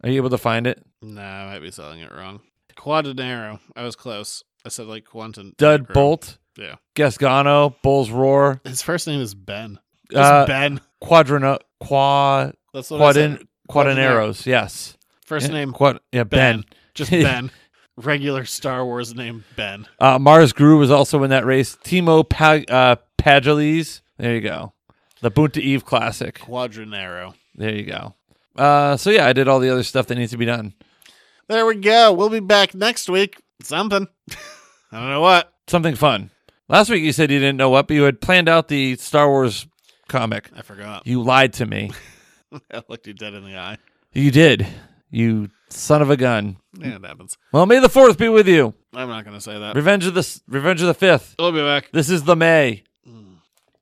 F: Are you able to find it?
E: Nah, I might be selling it wrong. Quadinero. I was close. I said like Quantum.
F: Dud Bolt,
E: Yeah.
F: Gascano, Bulls Roar,
E: His first name is Ben. Just
F: Uh,
E: Ben.
F: Quadrino, Qua,
E: That's what I said.
F: Quadin, Quadineros. Yes,
E: First
F: Yeah,
E: name
F: Quad, yeah,
E: Ben.
F: Ben.
E: Just Ben. Regular Star Wars name Ben.
F: Uh, Mars Gru was also in that race. Timo Pag- uh, Pagelis. There you go. The Bunta Eve Classic.
E: Quadranero.
F: There you go. Uh, so yeah, I did all the other stuff that needs to be done.
E: There we go. We'll be back next week. Something. I don't know what.
F: Something fun. Last week you said you didn't know what, but you had planned out the Star Wars comic.
E: I forgot.
F: You lied to me.
E: I looked you dead in the eye.
F: You did. You son of a gun.
E: Yeah, it happens.
F: Well, May the Fourth be with you.
E: I'm not going to say that.
F: Revenge of the s- Revenge of the Fifth.
E: We'll be back.
F: This is the May.